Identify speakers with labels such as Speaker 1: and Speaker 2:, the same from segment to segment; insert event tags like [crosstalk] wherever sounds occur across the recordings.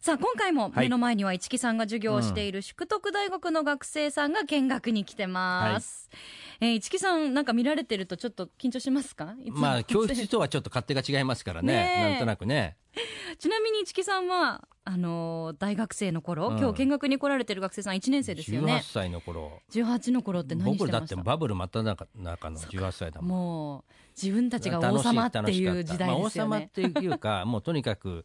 Speaker 1: さあ、今回も
Speaker 2: はい
Speaker 1: 目の前には市木さんが授業をしている淑徳大学の学生さんが見学に来てます。えー市木さん、なんか見られてるとちょっと緊張しますかいつも
Speaker 2: まあ教室とはちょっと勝手が違いますからね
Speaker 1: ねえ
Speaker 2: なんとなくね
Speaker 1: [laughs] ちなみに市木さんは、あのー大学生の頃、
Speaker 2: うん
Speaker 1: 今日見学に来られてる学生さん1年生ですよ
Speaker 2: 18
Speaker 1: ね。
Speaker 2: 歳の頃
Speaker 1: 18の頃って何して
Speaker 2: 僕
Speaker 1: まし
Speaker 2: だ
Speaker 1: た
Speaker 2: ってバブル真っ只中中の18歳だもん
Speaker 1: もう、自分たちが王様っていう時代ですよ
Speaker 2: まあ、王様
Speaker 1: ね
Speaker 2: っ。ていうか [laughs] もうとにかく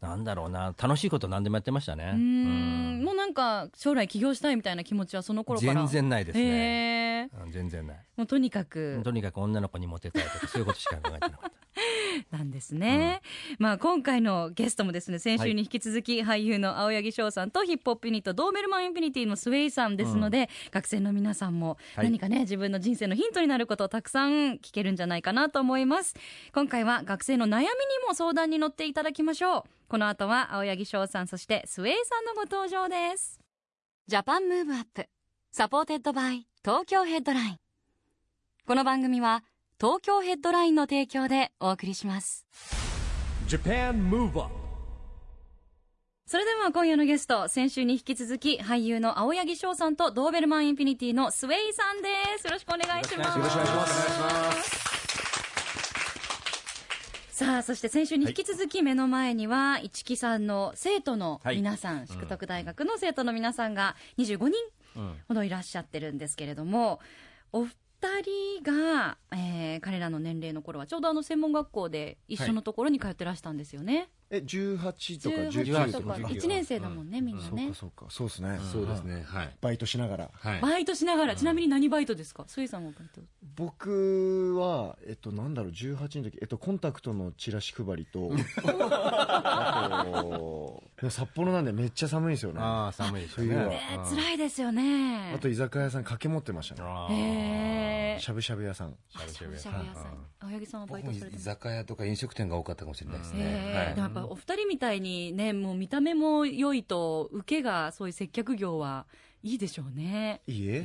Speaker 2: なんだろうな楽しいこと何でもやってましたね
Speaker 1: うーん
Speaker 2: うん
Speaker 1: もうなんか将来起業したいみたいな気持ちはその頃から
Speaker 2: 全然ないですね、
Speaker 1: へー
Speaker 2: うん全然ない
Speaker 1: もうとにかく
Speaker 2: とにかく女の子にモテたいとかそういうことしか考えてなかっ
Speaker 1: なんですね、まあ今回のゲストもですね先週に引き続き俳優の青柳翔さんとヒップホップユニットドーベルマンインフィニティのスウェイさんですので、学生の皆さんも
Speaker 2: はい
Speaker 1: 何かね、自分の人生のヒントになることをたくさん聞けるんじゃないかなと思います今回は学生の悩みにも相談に乗っていただきましょうこの後は青柳翔さんそしてスウェイさんのご登場ですジャパンムーブアップサポーテッドバイ東京ヘッドラインこの番組は東京ヘッドラインの提供でお送りします。
Speaker 3: Japan Move Up
Speaker 1: それでは今夜のゲスト、先週に引き続き俳優の青柳翔さんとドーベルマンインフィニティのスウェイさんです。よろしくお願いします。
Speaker 2: よろしくお願いします
Speaker 1: さあ、そして先週に引き続き目の前には、市木さんの生徒の皆さん、
Speaker 2: い
Speaker 1: 淑徳大学の生徒の皆さんが25人
Speaker 2: た、うん
Speaker 1: ほどいらっしゃってるんですけれども、お二人が、えー彼らの年齢の頃は、ちょうどあの専門学校で一緒のところに通ってらしたんですよね。
Speaker 4: え、18とか
Speaker 1: 18
Speaker 4: 19
Speaker 1: と
Speaker 4: と
Speaker 1: か
Speaker 4: か。
Speaker 1: 1年生だもんね、みんな
Speaker 4: そう
Speaker 1: ね
Speaker 4: か、。そうか。そうですね。
Speaker 5: そうですね、はい。
Speaker 4: バイトしながら。
Speaker 5: はい。
Speaker 1: バイトしながら、ちなみに何バイトですかスイさんもバイト。
Speaker 4: 僕は、えっと、なんだろう、18の時、えっと、コンタクトのチラシ配り
Speaker 5: [laughs]
Speaker 4: と、あと、でも札幌なんでめっちゃ寒いんですよね。あ
Speaker 2: ああ寒いですよ
Speaker 4: 冬
Speaker 2: ね
Speaker 4: は
Speaker 1: えー、辛いですよね。
Speaker 4: と、居酒屋さん掛け持ってましたね。
Speaker 2: あ
Speaker 1: へえ。
Speaker 4: しゃぶしゃぶ屋さん。
Speaker 1: あしゃぶしゃぶ屋さん。青柳さんはバイ
Speaker 5: 僕
Speaker 1: ト
Speaker 5: も
Speaker 1: されて
Speaker 5: 居
Speaker 1: ます。
Speaker 5: 酒屋とか飲食店が多かったかもしれないです
Speaker 1: えー。
Speaker 5: ね
Speaker 1: でもや
Speaker 5: は
Speaker 1: っぱお二人みたいにね、もう見た目も良いと、受けがそういう接客業はいいでしょうね。
Speaker 4: いいえ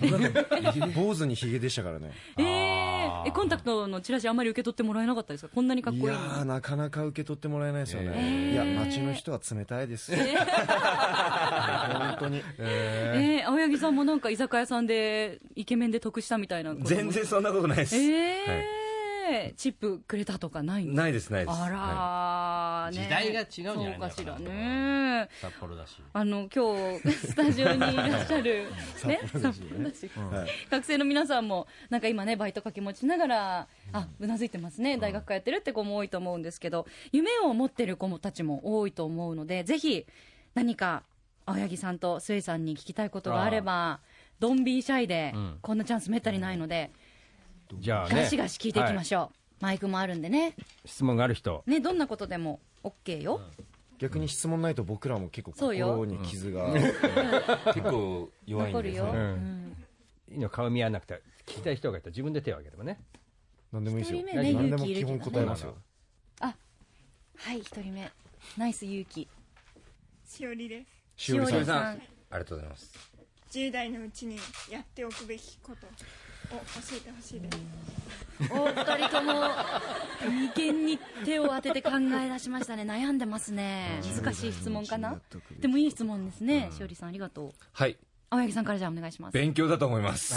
Speaker 4: 僕だって坊主にヒゲでしたからね。
Speaker 1: えー、え、コンタクトのチラシあんまり受け取ってもらえなかったですかこんなにかっ
Speaker 4: い
Speaker 1: こいい
Speaker 4: や
Speaker 1: のに。
Speaker 4: ー、なかなか受け取ってもらえないですよ
Speaker 1: えー
Speaker 4: ね。いや、街の人は冷たいです。本当に。
Speaker 1: えー、青柳さんもなんか居酒屋さんでイケメンで得したみたいなことも。
Speaker 5: 全然そんなことないです。
Speaker 1: えーチップくれたとかないんですか
Speaker 5: ないです、ないです。
Speaker 1: あら
Speaker 5: は
Speaker 1: ー、
Speaker 2: い
Speaker 1: ね
Speaker 2: 時代が違うんじゃないの
Speaker 1: そうかしらね。
Speaker 2: 札幌だし
Speaker 1: あの今日スタジオにいらっしゃ
Speaker 5: [laughs]
Speaker 1: る、ね、札幌だし [laughs] 学生の皆さんもなんか今ねバイト掛け持ちながらあうなずいてますね大学通ってるって子も多いと思うんですけど夢を持ってる子もたちも多いと思うのでぜひ何か青柳さんと末井さんに聞きたいことがあればドンビーシャイで
Speaker 2: うん
Speaker 1: こんなチャンスめったにないので
Speaker 2: じゃあね
Speaker 1: ガシガシ聞いていきましょう、マイクもあるんでね
Speaker 2: はい質問がある人
Speaker 1: ねどんなことでも OK よ、
Speaker 4: 逆に質問ないと僕らも結構
Speaker 1: そうよ
Speaker 4: 心に傷が。
Speaker 5: い結構弱いん
Speaker 1: 残
Speaker 5: で
Speaker 1: る
Speaker 5: す
Speaker 1: よ、
Speaker 5: ね。
Speaker 1: うん
Speaker 2: いいの顔見合わなくて聞きたい人がいたら自分で手を挙げてもね
Speaker 4: 何でもいいですよ。
Speaker 1: 一人目ね
Speaker 4: 何でも
Speaker 1: 勇気いる
Speaker 4: 基
Speaker 1: けどね
Speaker 4: 本答えますよ。
Speaker 1: はい一人目ナイス勇気
Speaker 6: しおりです
Speaker 4: しおりさん。
Speaker 5: さんありがとうございます。
Speaker 6: 10代のうちにやっておくべきことを教えてほしいです
Speaker 1: お二人とも眉間に手を当てて考え出しましたね悩んでますね難しい質問かなでもいい質問ですね、しおりさんありがとう
Speaker 5: はい。
Speaker 1: 青柳さんからじゃあお願いします
Speaker 5: 勉強だと思います。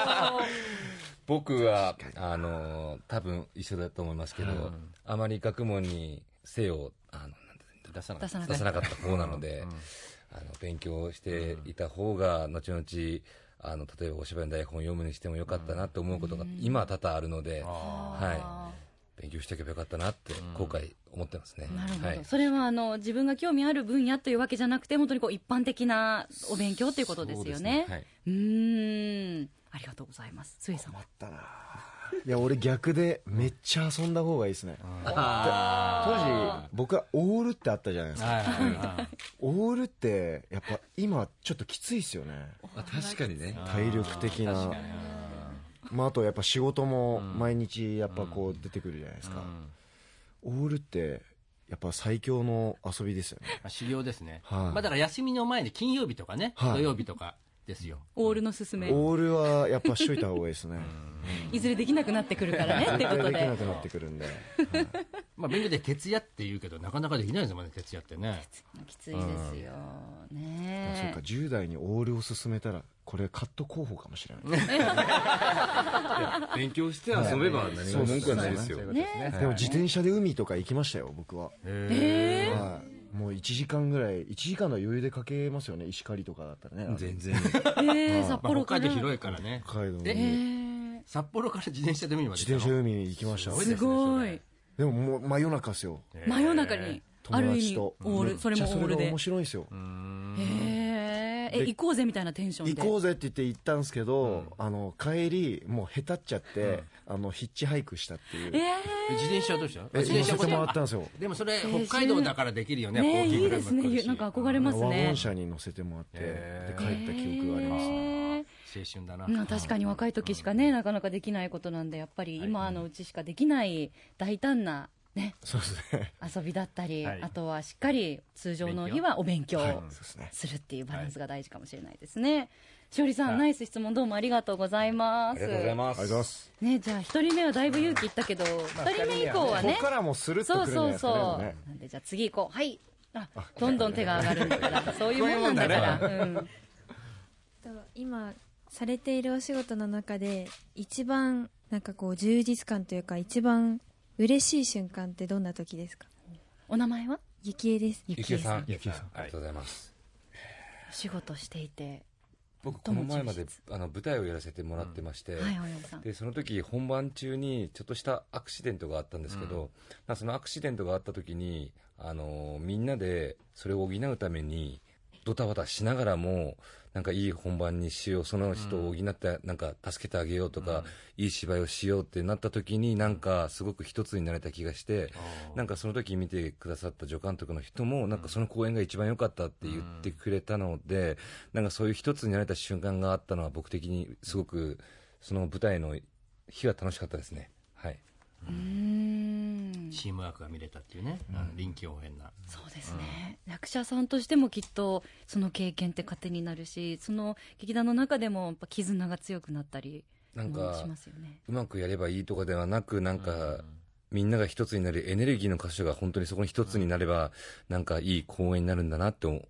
Speaker 5: [laughs] 僕は、あのー、多分一緒だと思いますけど、あまり学問にせよ、あの、なんて
Speaker 2: 出さな
Speaker 1: 出さなか
Speaker 5: 出
Speaker 1: っ
Speaker 5: さ
Speaker 1: た
Speaker 5: なかった方なので、あの勉強していた方が後々あの例えばお芝居の台本を読むにしてもよかったなと思うことが今は多々あるので、はい、勉強しておけばよかったなって後悔思ってますね。
Speaker 1: なるほど、
Speaker 5: はい、
Speaker 1: それはあの自分が興味ある分野というわけじゃなくて本当にこう一般的なお勉強ということですよねう
Speaker 5: そうですねはい
Speaker 1: ーんありがとうございますスエさんは
Speaker 4: だないや俺逆でめっちゃ遊んだ方がいいですね当時僕はオールってあったじゃないです
Speaker 1: [laughs]
Speaker 4: か
Speaker 2: は
Speaker 4: オールってやっぱ今ちょっときついですよね
Speaker 5: あ確かにね。
Speaker 4: 体力的なまあ、あとやっぱ仕事も毎日やっぱこう出てくるじゃないですか、オールってやっぱ最強の遊びですよね
Speaker 2: い。修行ですね。
Speaker 4: はい
Speaker 2: まあだから休みの前で金曜日とかね、
Speaker 4: はい
Speaker 2: 土曜日とかですよ。
Speaker 1: オールの勧め
Speaker 4: オールはやっぱしといた方がいいで
Speaker 1: [laughs]
Speaker 4: すね
Speaker 1: いずれできなくなってくるからねって
Speaker 4: 絶
Speaker 1: こ
Speaker 4: 対
Speaker 1: と
Speaker 4: でき
Speaker 1: で
Speaker 4: なくなってくるんで
Speaker 2: まあ便利で徹夜って言うけど、なかなかできないですもんね、徹夜ってね。
Speaker 1: きついですよ
Speaker 4: そっ
Speaker 1: ね
Speaker 4: か10代にオールを勧めたらこれカット候補かもしれない
Speaker 5: 勉強して遊べば何も文句はないですよ。
Speaker 2: そういうことですね。
Speaker 4: でも自転車で海とか行きましたよ僕は、
Speaker 2: え
Speaker 4: はいもう1時間ぐらい1時間の余裕でかけますよね石狩とかだったらね
Speaker 5: 全然。
Speaker 1: ええ札
Speaker 2: まあ
Speaker 1: 幌
Speaker 2: 北
Speaker 1: か
Speaker 2: 海
Speaker 1: ら
Speaker 2: 道広いからね。
Speaker 4: 北海道に
Speaker 2: え
Speaker 1: え
Speaker 4: 自
Speaker 1: ー
Speaker 2: 札幌から自転車で見にまで
Speaker 4: 転車で海に行きましたよ
Speaker 2: すごい
Speaker 1: すご
Speaker 2: そ
Speaker 1: い
Speaker 2: れ
Speaker 4: でももう真夜中ですよ
Speaker 1: 真夜中にある
Speaker 4: 友
Speaker 1: 意
Speaker 4: 達
Speaker 1: 味
Speaker 4: と
Speaker 1: オールそれもオ
Speaker 4: めっちゃ
Speaker 1: ール
Speaker 4: それが
Speaker 1: で
Speaker 4: 面白いんですよ
Speaker 1: へーえ行こうぜみたいなテンション
Speaker 4: 行
Speaker 1: で
Speaker 4: こうぜって言って行ったんですけど、あの帰りもう下手っちゃって、あのヒッチハイクしたっていう、
Speaker 1: え
Speaker 2: え自転車どうした
Speaker 4: え
Speaker 2: 自転車
Speaker 4: 乗せてもらったんですよ
Speaker 2: でもそれ北海道だからできるよ
Speaker 1: ー、
Speaker 2: ね
Speaker 1: ね
Speaker 2: 高級
Speaker 1: い
Speaker 2: 車
Speaker 1: いで
Speaker 2: も
Speaker 1: す
Speaker 2: 来る
Speaker 1: ね
Speaker 2: し
Speaker 1: なんか憧れます
Speaker 4: ワゴ
Speaker 1: ね
Speaker 4: ン車に乗せてもらって、
Speaker 2: へ
Speaker 4: で帰った記憶がありますね、
Speaker 1: ね
Speaker 2: 青春だな
Speaker 1: うん確かに若い時しかね、なかなかできないことなんでやっぱり今のうちしかできない大胆な、ね、
Speaker 4: そうですね
Speaker 1: 遊びだったり、
Speaker 2: はい
Speaker 1: あとはしっかり通常の日はお勉強
Speaker 4: そうですね
Speaker 1: するっていうバランスが大事かもしれないですね。しおりさん、ナイス質問どうもありがとうございます。
Speaker 5: ます。ありがとうございます。
Speaker 1: ね、じゃあ一人目はだいぶ勇気いったけど、二、人目以降は
Speaker 4: こ
Speaker 1: ね
Speaker 4: こ、からもスルッ
Speaker 1: そ
Speaker 4: とく
Speaker 1: う
Speaker 4: るんじゃ
Speaker 1: そ
Speaker 4: ないうです
Speaker 1: そ
Speaker 4: かねも
Speaker 1: う。
Speaker 4: ね
Speaker 1: なんでじゃあ次行こう。はい。あ、どんどん手が上がるんだから、そういうもんなんだから。うん
Speaker 7: と今されているお仕事の中で一番なんかこう充実感というか一番嬉しい瞬間ってどんな時ですか
Speaker 1: お名前は
Speaker 7: ゆきえです
Speaker 5: ゆきえさん。
Speaker 4: ゆきえさん
Speaker 5: ありがとうございます。
Speaker 1: お仕事していて、
Speaker 5: 僕、この前まであの舞台をやらせてもらってまして、
Speaker 1: はい、およさん。
Speaker 5: でその時本番中にちょっとしたアクシデントがあったんですけど、まあそのアクシデントがあった時に、あのーみんなでそれを補うためにドタバタしながらもなんかいい本番にしようその人を補って、なんか助けてあげようとか、いい芝居をしようってなった時になんかすごく一つになれた気がして、なんかその時見てくださった助監督の人もなんかその公演が一番良かったって言ってくれたので、なんかそういう一つになれた瞬間があったのは僕的にすごくその舞台の日は楽しかったですね。はい。
Speaker 1: うん。
Speaker 2: チームワークが見れたっていうねあの臨機応変な
Speaker 1: そうですね、役者さんとしてもきっとその経験って糧になるしその劇団の中でもやっぱ絆が強くなったり
Speaker 5: なん
Speaker 1: も
Speaker 5: か
Speaker 1: しますよね
Speaker 5: うまくやればいいとかではなくなんかみんなが一つになるエネルギーの箇所が本当にそこに一つになればなんかいい公演になるんだなって思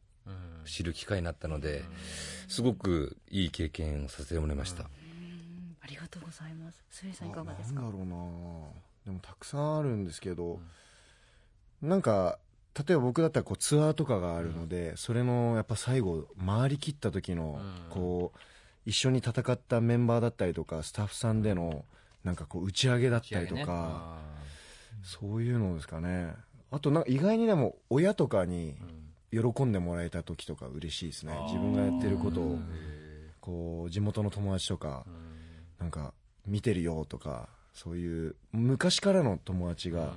Speaker 5: 知る機会になったのですごくいい経験をさせてもらいました。
Speaker 1: うんありがとうございますスエさんい
Speaker 4: あ
Speaker 1: かがです
Speaker 4: な
Speaker 1: か
Speaker 4: んだろうなでもたくさんあるんですけど、なんか例えば僕だったらこうツアーとかがあるので、それのやっぱ最後回り切った時の、こう一緒に戦ったメンバーだったりとかスタッフさんでのなんかこう打ち上げだったりと
Speaker 2: ね
Speaker 4: か、
Speaker 2: あ
Speaker 4: そういうのですかねあとなんか意外にでも親とかに喜んでもらえた時とか嬉しいですね、自分がやってることをこう地元の友達とか、なんか見てるよとかそういう昔からの友達が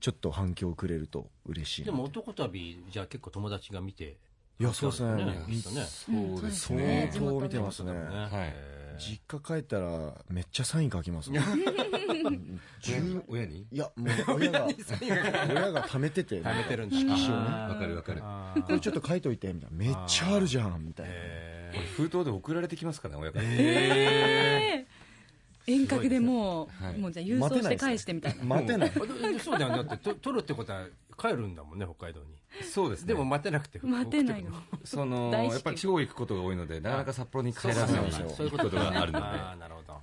Speaker 4: ちょっと反響をくれると嬉しい
Speaker 2: ー
Speaker 4: な
Speaker 2: でも男旅じゃあ結構友達が見て
Speaker 4: いやそうですね
Speaker 2: ねきっとね
Speaker 1: うんそうですね
Speaker 4: 相当見てますね
Speaker 2: ね
Speaker 5: はい。
Speaker 4: 実家帰ったらめっちゃサイン書きますね [laughs] 10
Speaker 5: 親に
Speaker 4: いやもう親が親が貯めてて
Speaker 2: 貯めてるんだ
Speaker 4: 色紙をね
Speaker 5: わかるわかる。
Speaker 4: これちょっと書いといてみたいなめっちゃあるじゃんみたいな
Speaker 5: これ封筒で送られてきますからね親から。
Speaker 1: えー [laughs] 遠隔でもう
Speaker 5: はい
Speaker 1: もうじゃあ郵送して返してみたいな、
Speaker 4: 待てない
Speaker 2: あでそうだよねだってと取るってことは帰るんだもんね北海道に
Speaker 5: そうですね。
Speaker 2: でも待てなくて
Speaker 1: 待てないの
Speaker 2: 送って
Speaker 5: その
Speaker 1: 大至急
Speaker 5: やっぱり地方行くことが多いのでなかなか札幌に帰らない
Speaker 4: そう
Speaker 5: そういうことがあるので
Speaker 2: ああなるほど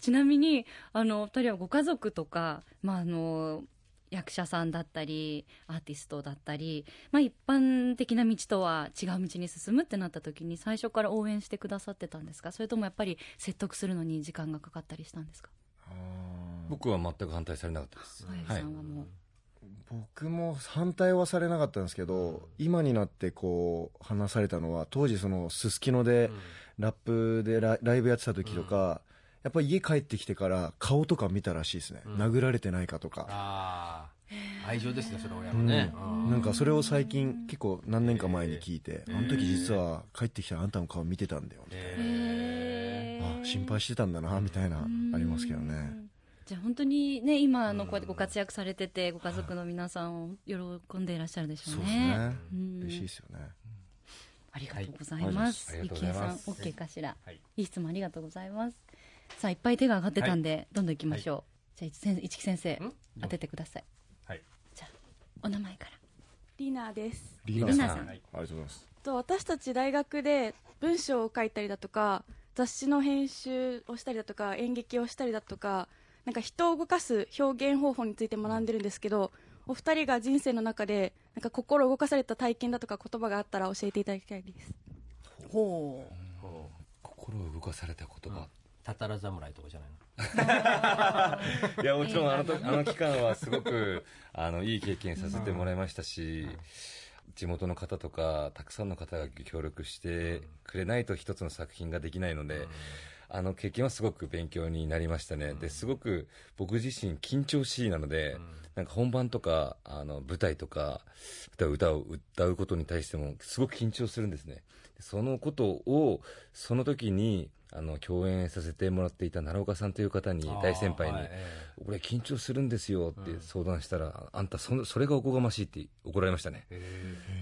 Speaker 1: ちなみにあのお二人はご家族とか、まあ、あの役者さんだったりアーティストだったり、まあ、一般的な道とは違う道に進むってなった時に最初から応援してくださってたんですかそれともやっぱり説得するのに時間がかかったりしたんですか
Speaker 5: 僕は全く反対されなかったです
Speaker 1: 小林
Speaker 5: はい
Speaker 1: さんはもう、
Speaker 4: 僕も反対はされなかったんですけど今になってこう話されたのは当時そのすすきのでラップでラライブやってた時とかやっぱり家帰ってきてから顔とか見たらしいですね、
Speaker 2: うん
Speaker 4: 殴られてないかとか、
Speaker 2: ああ愛情ですねそれは親のね、うん
Speaker 4: なんかそれを最近結構何年か前に聞いて、
Speaker 2: えー
Speaker 4: あの時実は帰ってきたらあんたの顔見てたんだよみたいな、
Speaker 2: え
Speaker 4: あ心配してたんだなみたいなありますけどね
Speaker 1: じゃあ本当にね今あのこうやってご活躍されててご家族の皆さんを喜んでいらっしゃるでしょ
Speaker 4: そ
Speaker 1: う
Speaker 4: うです
Speaker 1: ね。
Speaker 4: ね
Speaker 1: うん
Speaker 4: 嬉しいですよね
Speaker 1: ありがとうございます。
Speaker 5: はいありがとう
Speaker 1: 池
Speaker 5: ご
Speaker 1: 江
Speaker 5: ざい
Speaker 1: さん
Speaker 5: ます
Speaker 1: OK かしら、
Speaker 2: はいい、
Speaker 1: い質問ありがとうございます。さあいっぱい手が上がってたんで、どんどん行きましょう。じゃあ一木先生
Speaker 2: ん
Speaker 1: 当ててください。
Speaker 2: はい
Speaker 1: じゃあお名前から。
Speaker 8: リナです
Speaker 4: リ
Speaker 1: ナさん
Speaker 4: あ
Speaker 2: はい
Speaker 4: りがとうございます
Speaker 8: と私たち大学で文章を書いたりだとか雑誌の編集をしたりだとか演劇をしたりだとかなんか人を動かす表現方法について学んでるんですけどお二人が人生の中でなんか心を動かされた体験だとか言葉があったら教えていただきたいです
Speaker 1: ほう。
Speaker 2: こう
Speaker 5: 心を動かされた言葉、
Speaker 2: たたら侍とかじゃないの
Speaker 5: いやもちろんあの時あの期間はすごく [laughs] あのいい経験させてもらいましたし、地元の方とかたくさんの方が協力してくれないと一つの作品ができないので、あの経験はすごく勉強になりましたね、ですごく僕自身緊張しいなので、なんか本番とかあの舞台とか歌を歌を歌うことに対してもすごく緊張するんですねそのことをその時にあの共演させてもらっていた奈良岡さんという方に大先輩に、
Speaker 2: あーはいえ
Speaker 5: 俺緊張するんですよって相談したら、あんたそのそれがおこがましいって怒られましたね、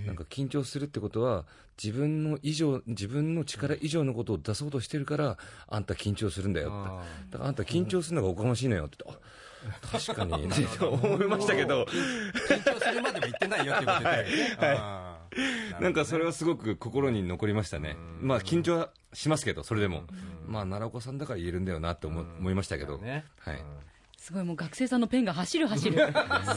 Speaker 5: なんか緊張するってことは自分の以上自分の力以上のことを出そうとしてるから、あんた緊張するんだよってだからあんた緊張するのがおこがましいのよって言ってあ確かに
Speaker 2: [laughs]
Speaker 5: って思いましたけど
Speaker 2: え緊張するまでも言ってないよって
Speaker 4: [laughs]
Speaker 2: ことで、あー
Speaker 5: なんかそれはすごく心に残りましたね、まあ緊張はしますけどそれでも、まあ奈良岡さんだから言えるんだよなって思,、思いましたけど、
Speaker 2: ね
Speaker 5: はい、
Speaker 1: すごいもう学生さんのペンが走る
Speaker 5: [laughs]
Speaker 1: 走る。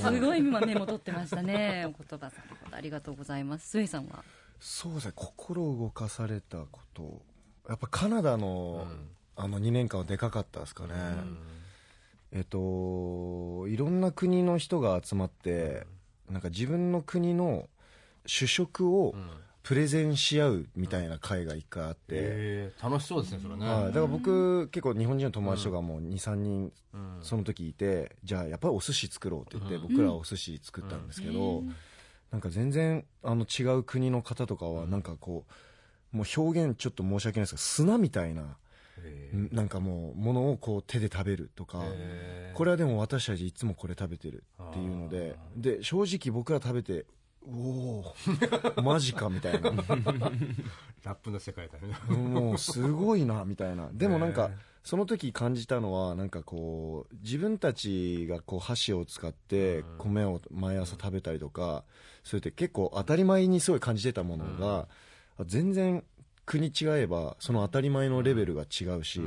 Speaker 1: すごい今メモ取ってましたね。お言葉さんのことありがとうございます。スエさんは。
Speaker 4: そうですね心を動かされたことやっぱカナダの、あの2年間はでかかったですかね、えっといろんな国の人が集まって、なんか自分の国の主食をプレゼンし合うみたいな会が一回あって、
Speaker 2: えー楽しそうですねそれね、
Speaker 4: はい、だから僕結構日本人の友達とかも23人
Speaker 2: うん
Speaker 4: その時いてじゃあやっぱりお寿司作ろうって言って
Speaker 2: うん
Speaker 4: 僕らはお寿司作ったんですけどなんか全然あの違う国の方とかはなんかこうもう表現ちょっと申し訳ないですけど砂みたいな
Speaker 2: えー
Speaker 4: んなんかもうものをこう手で食べるとか
Speaker 2: えー
Speaker 4: これはでも私たちいつもこれ食べてるっていうのでで正直僕ら食べておおマジかみたい
Speaker 2: [laughs]
Speaker 4: な
Speaker 2: ラップの世界だね
Speaker 4: もうすごいなみたいなでもなんか
Speaker 2: ね
Speaker 4: その時感じたのはなんかこう自分たちがこう箸を使って米を毎朝食べたりとかそうやって結構当たり前にすごい感じてたものが全然国違えばその当たり前のレベルが違うし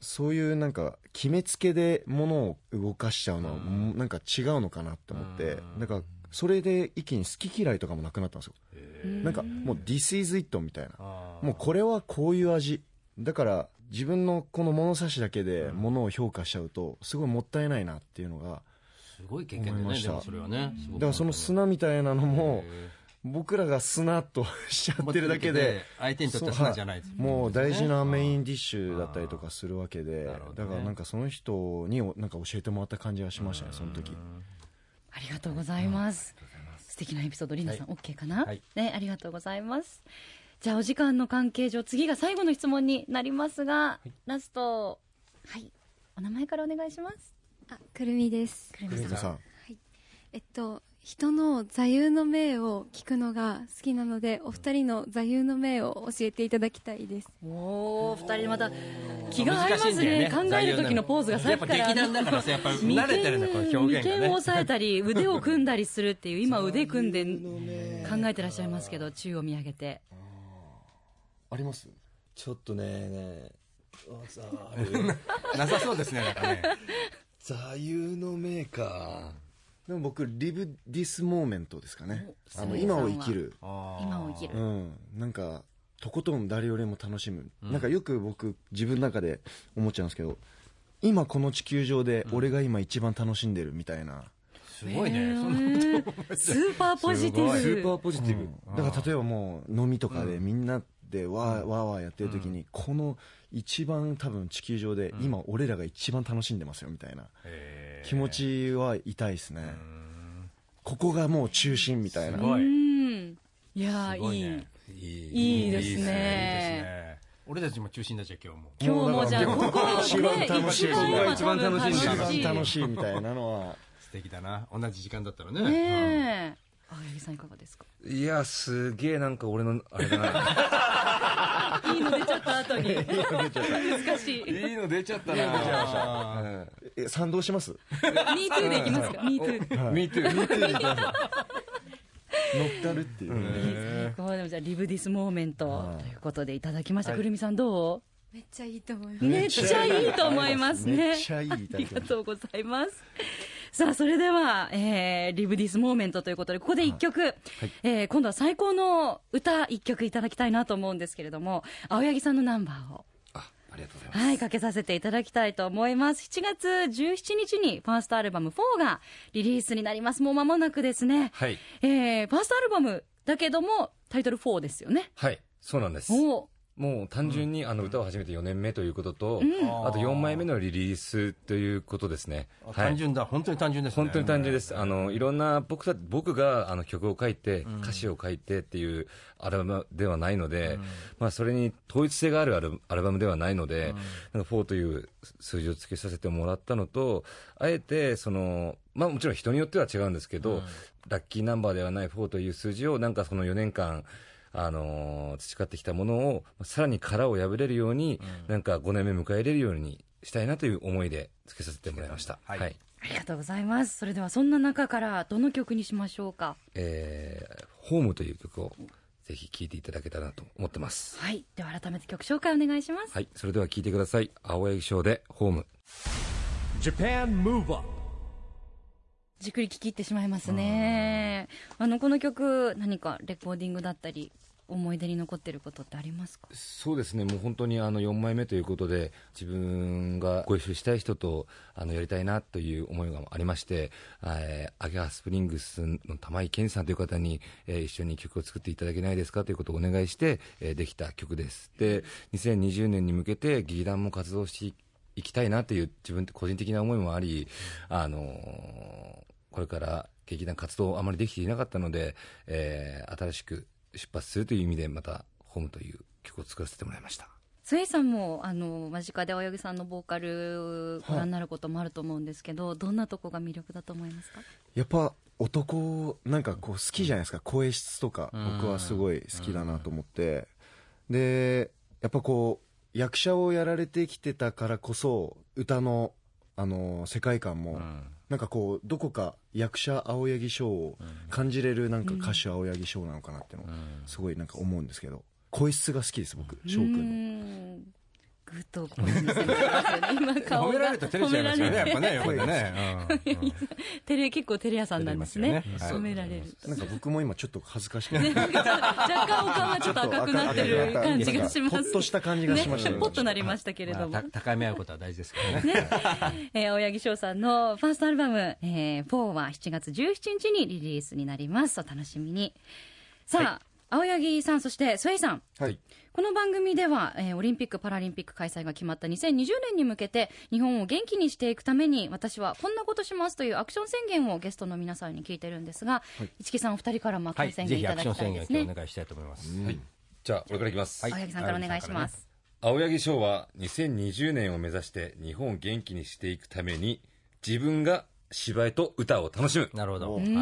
Speaker 4: そういうなんか決めつけで物を動かしちゃうのはもうなんか違うのかなって思ってなんかそれで一気に好き嫌いとかもなくなったんですよなんかもう「This is it」みたいなもうこれはこういう味だから自分のこの物差しだけで物を評価しちゃうとすごいもったいないなっていうのが
Speaker 2: すごい経験
Speaker 4: 思い
Speaker 2: だ
Speaker 4: ま
Speaker 2: ね
Speaker 4: し
Speaker 2: で
Speaker 4: た
Speaker 2: もそれはねすごく
Speaker 4: だからその砂みたいなのも
Speaker 2: へ
Speaker 4: 僕らが砂としちゃってるだけで
Speaker 2: 相手にとっては
Speaker 4: そう
Speaker 2: 砂
Speaker 4: はい
Speaker 2: じゃない
Speaker 4: もう大事なメイ
Speaker 2: ン
Speaker 4: ンディッシュだったりとかするわけで
Speaker 2: なるほど
Speaker 4: だ
Speaker 2: ね
Speaker 4: からなんかその人におなんか教えてもらった感じがしましたねその時
Speaker 1: ありがとうございます。素敵なエピソード、リナさん、OK かな、
Speaker 2: はい
Speaker 1: ね、ありがとうございます。じゃあ、お時間の関係上、次が最後の質問になりますが、ラスト、はい、お名前からお願いします。
Speaker 9: あくるみです
Speaker 1: くるみ
Speaker 4: 栗
Speaker 1: さん
Speaker 4: 田さん
Speaker 9: えっと人の座右の銘を聞くのが好きなのでお二人の座右の銘を教えていただきたいです
Speaker 1: おお、二人また気が合いますね。
Speaker 2: 難しいん
Speaker 1: 考
Speaker 2: だ
Speaker 1: え
Speaker 2: よね
Speaker 1: る時のポーズがさっきから。
Speaker 2: やっぱ劇団だからさやっぱ慣れてるねこの表現がね
Speaker 1: 眉間を押さえ
Speaker 2: [laughs]
Speaker 1: たり、腕を組んだりするっていう、今腕組んで考えてらっしゃいますけど、宙を見上げて。
Speaker 4: あります
Speaker 10: ちょっとねねさ
Speaker 2: なさそうですねなんかね
Speaker 10: 座右の銘か
Speaker 4: でも僕「Live this moment」ですかね
Speaker 1: お
Speaker 4: あの今を生き
Speaker 1: そう
Speaker 4: る
Speaker 1: 今を生きる
Speaker 4: う。ん、なんかとことん誰よりも楽しむ、なんかよく僕自分の中で思っちゃうんですけど今この地球上で俺が今一番楽しんでるみたいな、
Speaker 2: すごいねそんな
Speaker 1: スーパーポジティブ。
Speaker 5: スーパーポジティブ、
Speaker 4: だから例えばもう飲みとかでみんなってわーわーわーやってる時に、この一番多分地球上で、今俺らが一番楽しんでますよみたいな気持ちは痛いですね、ここがもう中心みたいな
Speaker 1: うんいやーいい
Speaker 5: い
Speaker 1: いいです
Speaker 2: い
Speaker 1: ね
Speaker 2: いね俺たちも中心だじゃん今日も
Speaker 1: 今日もじゃあここね
Speaker 4: 一番楽しい
Speaker 1: 一番今
Speaker 2: 一番楽しいん
Speaker 4: 一
Speaker 2: だよ
Speaker 4: 番楽しいみたいなのは
Speaker 2: 素敵だな同じ時間だったらね
Speaker 1: ねえ青柳さんいかがですか
Speaker 5: いや、すげえなんか俺の、あれだな。
Speaker 1: いいの出ちゃった後に難しい
Speaker 5: いいの出ちゃったな。
Speaker 4: え賛同します
Speaker 1: MeToo でいきますか MeToo で
Speaker 5: うん Me too
Speaker 4: 乗っかるっていうね、
Speaker 1: 最高でもじゃあリブディスモーメント
Speaker 4: はい
Speaker 1: ということでいただきましたくるみさんどう
Speaker 9: めっちゃいいと思います。
Speaker 1: めっちゃいいと思いますね。
Speaker 4: めっちゃいい
Speaker 1: ありがとうございます。さあ、それでは、えーリブディスモーメントということで、ここで一曲、えー今度は最高の歌一曲いただきたいなと思うんですけれども、青柳さんのナンバーを、
Speaker 5: あ、ありがとうございます。
Speaker 1: はい、かけさせていただきたいと思います。7月17日にファーストアルバム4がリリースになります。もう間もなくですね。
Speaker 5: はい。
Speaker 1: えーファーストアルバムだけども、タイトル4ですよね。
Speaker 5: はい。そうなんです。
Speaker 1: おー
Speaker 5: もう単純にあの歌を始めて4年目ということと、あと4枚目のリリースということですね。
Speaker 2: あ
Speaker 5: はい
Speaker 2: 単純だ本当に単純ですね
Speaker 5: 本当に単純です。あの、いろんな、僕た僕があの曲を書いて、歌詞を書いてっていうアルバムではないので、まあそれに統一性があるアルアルバムではないので、なんか4という数字を付けさせてもらったのと、あえて、その、まあもちろん人によっては違うんですけど、ラッキーナンバーではない4という数字をなんかその4年間、あのー培ってきたものを、さらに殻を破れるように、なんか5年目迎え入れるようにしたいなという思いで付けさせてもらいました。
Speaker 2: はい
Speaker 5: はい
Speaker 1: ありがとうございます。それでは、そんな中から、どの曲にしましょうか。
Speaker 5: えーホームという曲をぜひ聴いていただけたらなと思ってます。
Speaker 1: はい。では改めて曲紹介お願いします。
Speaker 5: はい、それでは聴いてください。青柳賞でホーム。
Speaker 3: Japan Move Up
Speaker 1: じっくり聴き入ってしまいますね。あの、この曲、何かレコーディングだったり、思い出に残ってることってありますか
Speaker 5: そうですね、もう本当にあの4枚目ということで、自分がご一緒したい人とあのやりたいなという思いがありまして、えーアゲハスプリングスの玉井健二さんという方に、えー一緒に曲を作っていただけないですかということをお願いして、えーできた曲です。で、2020年に向けて劇団も活動していきたいなという自分個人的な思いもあり、あのーこれから劇団活動をあまりできていなかったので、えー新しく出発するという意味でまた「ホームという曲を作らせてもらいました
Speaker 1: スエイさんも、あの、間近で泳ぎさんのボーカル、ご覧になることもあると思うんですけど、どんなとこが魅力だと思いますか
Speaker 4: やっぱ男なんかこう好きじゃないですか声質とか
Speaker 2: うん
Speaker 4: 僕はすごい好きだなと思ってでやっぱこう役者をやられてきてたからこそ歌のあの世界観もなんかこうどこか役者青柳賞を感じれるなんか歌手青柳賞なのかなってのをすごいなんか思うんですけど声質が好きです僕翔くんの。
Speaker 1: の。ぐっとこう見せてますよね。今顔が。
Speaker 2: 褒められると照れちゃいますよねやっぱね横でねうんうん
Speaker 1: 照れ、結構照れ屋さんなんですね
Speaker 2: 照れ。ますよね
Speaker 1: 褒められ
Speaker 4: [laughs]
Speaker 1: ると。
Speaker 4: なんか僕も今ちょっと恥ずかしくな [laughs] って
Speaker 1: ね若干お顔がちょっと赤くなってる感じがしま
Speaker 4: な
Speaker 1: す。
Speaker 4: んかほっ [laughs] とした感じがしました
Speaker 1: ね
Speaker 4: ね
Speaker 1: ほっとなりましたけれども。
Speaker 2: まあた高め合うことは大事ですからね
Speaker 1: えー、青柳翔さんのファーストアルバム、えー、4は7月17日にリリースになります。お楽しみに。さあ、青柳さん、そして、スエイさん。
Speaker 4: はい
Speaker 1: この番組では、えーオリンピック・パラリンピック開催が決まった2020年に向けて、日本を元気にしていくために、私はこんなことしますというアクション宣言をゲストの皆さんに聞いてるんですが、一木さんお二人からもアク
Speaker 2: は
Speaker 1: ショ
Speaker 2: い
Speaker 1: ン宣
Speaker 2: ぜ
Speaker 1: 言い
Speaker 2: ひ
Speaker 1: た
Speaker 2: アク
Speaker 1: だ
Speaker 2: ショ
Speaker 1: き
Speaker 2: ン
Speaker 1: たい
Speaker 2: 宣言を今日
Speaker 1: ですね
Speaker 2: お。願いしたいと思います
Speaker 5: じゃあ俺からいきます、
Speaker 1: 青柳さんからお願いします。
Speaker 5: 青柳賞は2020年を目指して日本を元気にしていくために自分が芝居と歌を楽しむ、
Speaker 2: なるほどは
Speaker 4: う
Speaker 2: い
Speaker 4: ん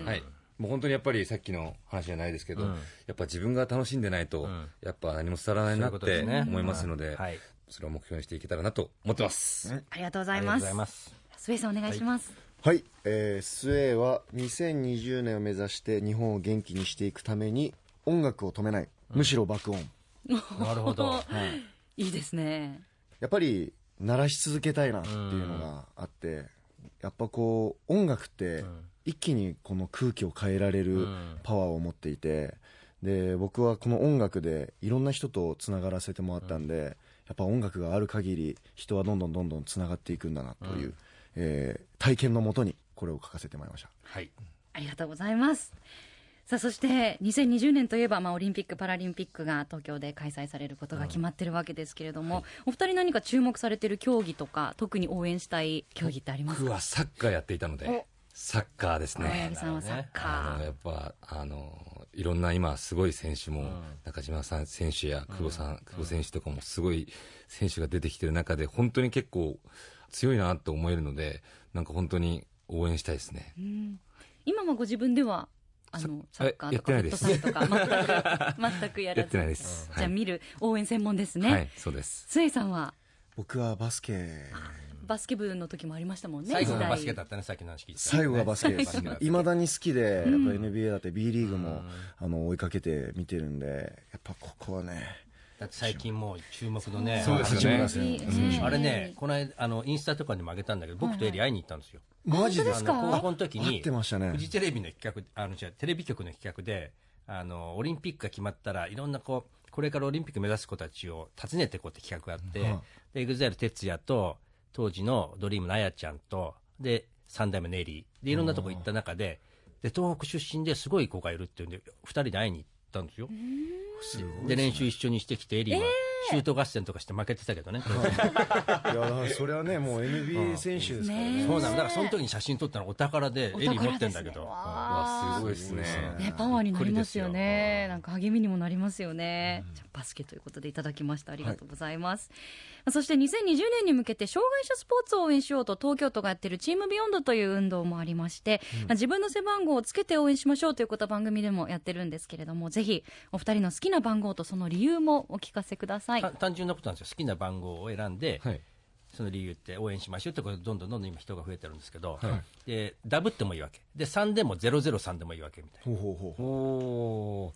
Speaker 2: うん
Speaker 5: はいもう本当にやっぱりさっきの話じゃないですけど、
Speaker 2: うん
Speaker 5: やっぱ自分が楽しんでないと、
Speaker 2: うん
Speaker 5: やっぱ何も伝わらないなっ
Speaker 2: そういうこと
Speaker 5: て
Speaker 2: ですね
Speaker 5: 思いますので、
Speaker 2: はい
Speaker 5: それを目標にしていけたらなと思ってます、
Speaker 1: ありがと
Speaker 2: あ
Speaker 1: うござ
Speaker 2: り
Speaker 1: い
Speaker 2: がとうご
Speaker 1: ます
Speaker 2: ざい。ます
Speaker 1: スエイさんお願いします。
Speaker 4: はい、えー、スウェーは2020年を目指して日本を元気にしていくために音楽を止めない、むしろ爆音
Speaker 2: なるほど
Speaker 1: [laughs]
Speaker 2: はい
Speaker 1: い、いですね。
Speaker 4: やっぱり鳴らし続けたいなっていうのがあってやっぱこう音楽って一気にこの空気を変えられるパワーを持っていてで僕はこの音楽でいろんな人とつながらせてもらったんで、やっぱ音楽がある限り人はどんどんどんどんつながっていくんだなという、えー体験のもとにこれを書かせてもらいました
Speaker 2: はい
Speaker 1: ありがとうございます。さあそして2020年といえば、まあ、オリンピック・パラリンピックが東京で開催されることが決まってるわけですけれども、お二人何か注目されてる競技とか特に応援したい競技ってあります
Speaker 5: 僕
Speaker 1: か
Speaker 5: はサッカーやっていたので
Speaker 1: お
Speaker 5: サッカーです
Speaker 1: 青
Speaker 5: ね
Speaker 1: 柳さんはサッカー、
Speaker 5: あのやっぱあのいろんな今すごい選手も、中島さん選手や久保さん、久保選手とかもすごい選手が出てきてる中で本当に結構強いなと思えるのでなんか本当に応援したいですね
Speaker 1: うん今はご自分ではあのサ
Speaker 5: さ
Speaker 1: ッカーとか
Speaker 5: え
Speaker 1: フッ
Speaker 5: やって
Speaker 1: トサルとか全
Speaker 5: ないです [laughs]
Speaker 1: く全くやらず
Speaker 5: やってないです
Speaker 1: じゃあ
Speaker 5: はい
Speaker 1: 見る応援専門ですね、
Speaker 5: はいそうです
Speaker 1: スエイさんは
Speaker 4: 僕はバスケ
Speaker 1: バスケ部の時もありましたもんね
Speaker 2: 最後
Speaker 1: 時
Speaker 2: が
Speaker 1: 代
Speaker 2: バスケだったね、さっきの話聞いてたね
Speaker 4: 最後がバスケです
Speaker 2: 最後がバスケ
Speaker 4: いまだに好きでやっぱ
Speaker 1: うん
Speaker 4: NBA だって B リーグもあの追いかけて見てるんでやっぱここはね
Speaker 2: だって最近もう注目のね、
Speaker 4: そうですよね
Speaker 2: 八村選手
Speaker 4: うん
Speaker 2: うんあれね、この間、あの、インスタとかにもあげたんだけど、僕とエリ会いに行ったんですよ。
Speaker 4: マジです
Speaker 2: あの高校の時
Speaker 4: 合
Speaker 2: に、
Speaker 4: ってましたね
Speaker 2: フジテレビの企画、あの、じゃテレビ局の企画で、あの、オリンピックが決まったら、いろんなこう、これからオリンピック目指す子たちを訪ねてこうって企画があって、
Speaker 4: うん
Speaker 2: で、エグザイル哲也と、当時のドリームのあやちゃんと、で、三代目ネリー、で、いろんなとこ行った中で、で、東北出身ですごい子がいるっていうんで、二人で会いに行ったんですよ。
Speaker 4: すごい
Speaker 2: で、練習一緒にしてきて、エリーは、シュート合戦とかして負けてたけどね。
Speaker 4: いやだからそれはねもう NBA 選手ですから
Speaker 2: [laughs]
Speaker 4: ね
Speaker 2: そうなの。だからその時に写真撮ったのお宝で、エ
Speaker 1: お
Speaker 2: リー
Speaker 1: 宝
Speaker 2: 持ってんだけ
Speaker 1: ですね
Speaker 2: ど。
Speaker 1: わあ
Speaker 5: すごいですね
Speaker 1: ね、パワーになりますよねなんか励みにもなりますよね、じゃあバスケということでいただきましたありがとうございます、そして2020年に向けて障害者スポーツを応援しようと東京都がやってるチームビヨンドという運動もありまして、まあ自分の背番号をつけて応援しましょうということは番組でもやってるんですけれどもぜひお二人の好きな番号とその理由もお聞かせください
Speaker 2: た単純なことなんですよ。好きな番号を選んで、
Speaker 5: はい
Speaker 2: その理由って応援しましょうってことでどんどんどんどん今人が増えてるんですけど、
Speaker 5: は
Speaker 2: でダブってもいいわけで3でも003でもいいわけみたい
Speaker 4: ほうほうほう
Speaker 5: おー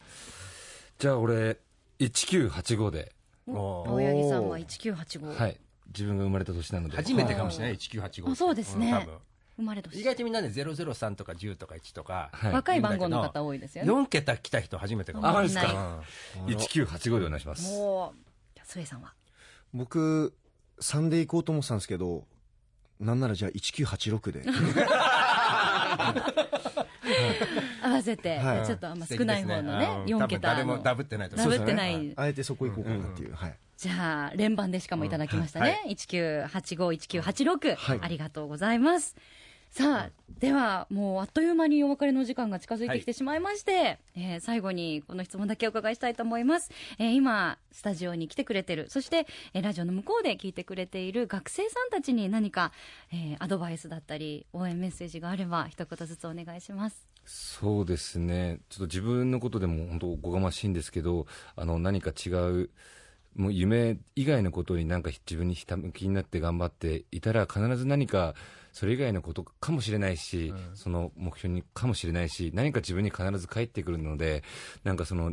Speaker 5: じゃあ俺1985で、
Speaker 2: なお
Speaker 1: 青
Speaker 2: ー
Speaker 1: 柳さんは1985、
Speaker 5: はい、自分が生まれた年なので
Speaker 2: 初めてかもしれない1985って
Speaker 1: あそうですね
Speaker 2: ん多分
Speaker 1: 生まれ年
Speaker 2: 意外とみんなね003とか10とか1とか、
Speaker 5: はい
Speaker 1: 若い番号の方多いですよね
Speaker 2: 4桁来た人初めてかも
Speaker 5: あマ
Speaker 1: み
Speaker 5: ジ
Speaker 1: ん
Speaker 5: で
Speaker 1: な
Speaker 5: すか1985でお願いします
Speaker 1: もうじゃあ末さんは
Speaker 4: 僕3で行こうと思ってたんですけどなんならじゃあ1986で [laughs]
Speaker 1: 合わせて、
Speaker 4: はい
Speaker 1: ちょっとあんま少ない方のね
Speaker 2: 素敵です多
Speaker 1: 4桁
Speaker 2: 分誰
Speaker 1: の
Speaker 2: もダブってないと
Speaker 1: ダ
Speaker 2: 思
Speaker 1: ブ
Speaker 2: う
Speaker 1: ってない、
Speaker 4: あえてそこ行こうかなっていうはい
Speaker 1: じゃあ連番でしかもいただきましたね、19851986、
Speaker 4: はい
Speaker 1: ありがとうございますさあではもうあっという間にお別れの時間が近づいてきてしまいまして、えー最後にこの質問だけお伺いしたいと思います、えー今スタジオに来てくれてるそして、えーラジオの向こうで聞いてくれている学生さんたちに何か、えーアドバイスだったり応援メッセージがあれば一言ずつお願いします
Speaker 5: そうですね、ちょっと自分のことでも本当、おこがましいんですけど、あの何か違う、もう夢以外のことになんか自分にひたむきになって頑張っていたら、必ず何かそれ以外のことかもしれないし、その目標にかもしれないし、何か自分に必ず返ってくるので、なんかその、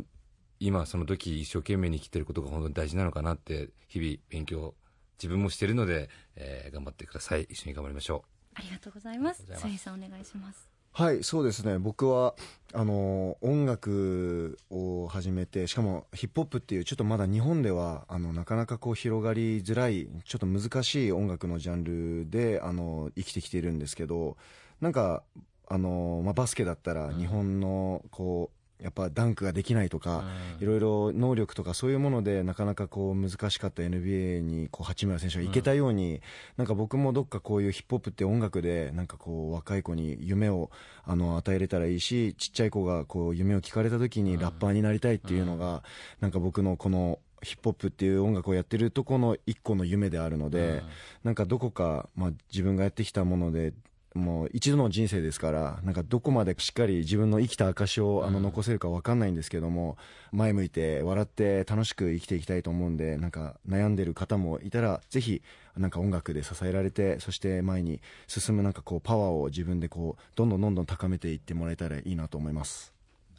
Speaker 5: 今、その時一生懸命に生きてることが本当に大事なのかなって、日々勉強、自分もしてるので、えー頑張ってください。一緒に頑張りましょう。
Speaker 1: ありがとうございます
Speaker 2: ありがとうございます
Speaker 1: さゆりさんお願いします
Speaker 4: はい、そうですね。僕は、あの、音楽を始めて、しかもヒップホップっていう、ちょっとまだ日本では、あの、なかなかこう広がりづらい、ちょっと難しい音楽のジャンルで、あの、生きてきてるんですけど、なんか、あの、まあ、バスケだったら、日本の、こう、やっぱダンクができないとか、いろいろ能力とかそういうものでなかなかこう難しかった NBA にこう八村選手が行けたように、なんか僕もどっかこういうヒップホップって音楽でなんかこう若い子に夢をあの与えれたらいいしちっちゃい子がこう夢を聞かれた時にラッパーになりたいっていうのが、なんか僕のこのヒップホップっていう音楽をやってるとこの一個の夢であるので、なんかどこか、まあ、自分がやってきたものでもう一度の人生ですからなんかどこまでしっかり自分の生きた証をあの残せるか分かんないんですけども、前向いて笑って楽しく生きていきたいと思うんでなんか悩んでる方もいたらぜひなんか音楽で支えられてそして前に進むなんかこうパワーを自分でこうどんどんどんどん高めていってもらえたらいいなと思います。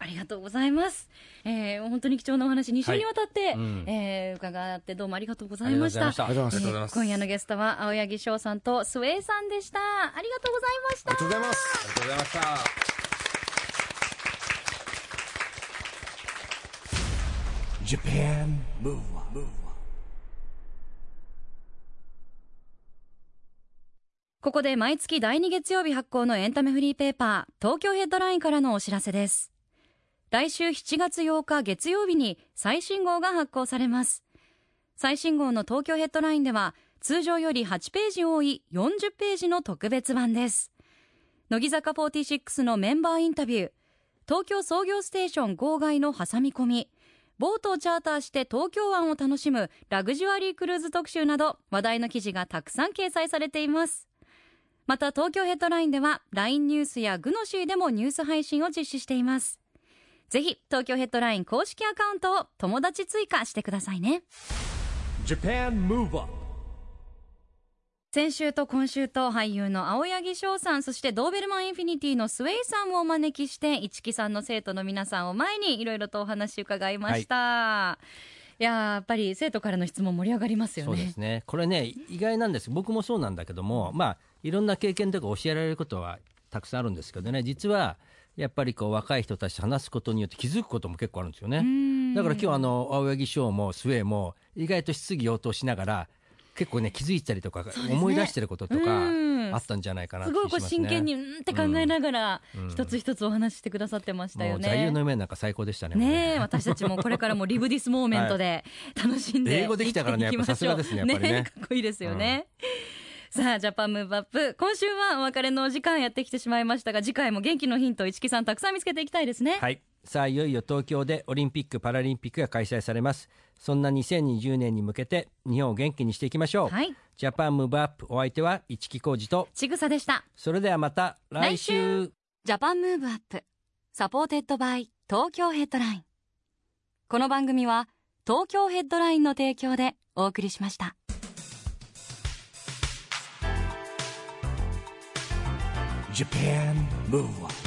Speaker 1: ありがとうございます。えー、本当に貴重なお話、2週にわたって、
Speaker 2: うん
Speaker 1: えー伺ってどうもありがとうございました。
Speaker 2: ありがとうございましたありがとうございます
Speaker 1: えー今夜のゲストは、青柳翔さんとスウェイさんでした。ありがとうございました。
Speaker 4: とうございます
Speaker 5: ありがとうございました。
Speaker 3: Japan Move Up,
Speaker 1: ここで毎月第2月曜日発行のエンタメフリーペーパー、東京ヘッドラインからのお知らせです。来週7月8日月曜日に最新号が発行されます最新号の東京ヘッドラインでは通常より8ページ多い40ページの特別版です乃木坂46のメンバーインタビュー東京創業ステーション号外の挟み込みボートをチャーターして東京湾を楽しむラグジュアリークルーズ特集など話題の記事がたくさん掲載されていますまた東京ヘッドラインでは LINE ニュースやグノシーでもニュース配信を実施していますぜひ東京ヘッドライン公式アカウントを友達追加してくださいね
Speaker 3: Japan Move Up
Speaker 1: 先週と今週と俳優の青柳翔さんそしてドーベルマンインフィニティのスウェイさんをお招きして一木さんの生徒の皆さんを前にいろいろとお話伺いました、い、やーやっぱり生徒からの質問盛り上がりますよ
Speaker 2: そうですねこれね意外なんです僕もそうなんだけどもまあいろんな経験とか教えられることはたくさんあるんですけどね実はやっぱりこう若い人たちと話すことによって気づくことも結構あるんですよねだから今日あの青柳翔もスウェイも意外と質疑応答しながら結構ね気づいたりとか、
Speaker 1: うですね
Speaker 2: 思い出してることと
Speaker 1: うん
Speaker 2: かあったんじゃないかなっ
Speaker 1: す
Speaker 2: て
Speaker 1: ごい
Speaker 2: 気
Speaker 1: こう
Speaker 2: しますね
Speaker 1: 真剣にうんって考えながら、
Speaker 2: うん
Speaker 1: 一つ一つお話ししてくださってまし
Speaker 2: も
Speaker 1: たよ
Speaker 2: う
Speaker 1: ね。
Speaker 2: 座右の銘なんか最高でしたね
Speaker 1: ねえ私たちもこれからもリブディスモーメントで楽しんで
Speaker 2: 英語できたからね
Speaker 1: 生きていきましょう
Speaker 2: やっぱさすがですねやっぱりね
Speaker 1: かっこいいですよね、さあジャパンムーブアップ今週はお別れのお時間やってきてしまいましたが次回も元気のヒントを一木さんたくさん見つけていきたいですね
Speaker 2: はい。さあ、いよいよ東京でオリンピック・パラリンピックが開催されます。そんな2020年に向けて日本を元気にしていきましょう。
Speaker 1: はい
Speaker 2: ジャパンムーブアップお相手は市木浩二と、
Speaker 1: ちぐさでした
Speaker 2: それではまた来週
Speaker 1: ジャパンムーブアップサポーテッドバイ東京ヘッドラインこの番組は東京ヘッドラインの提供でお送りしました「
Speaker 3: Japan Move Up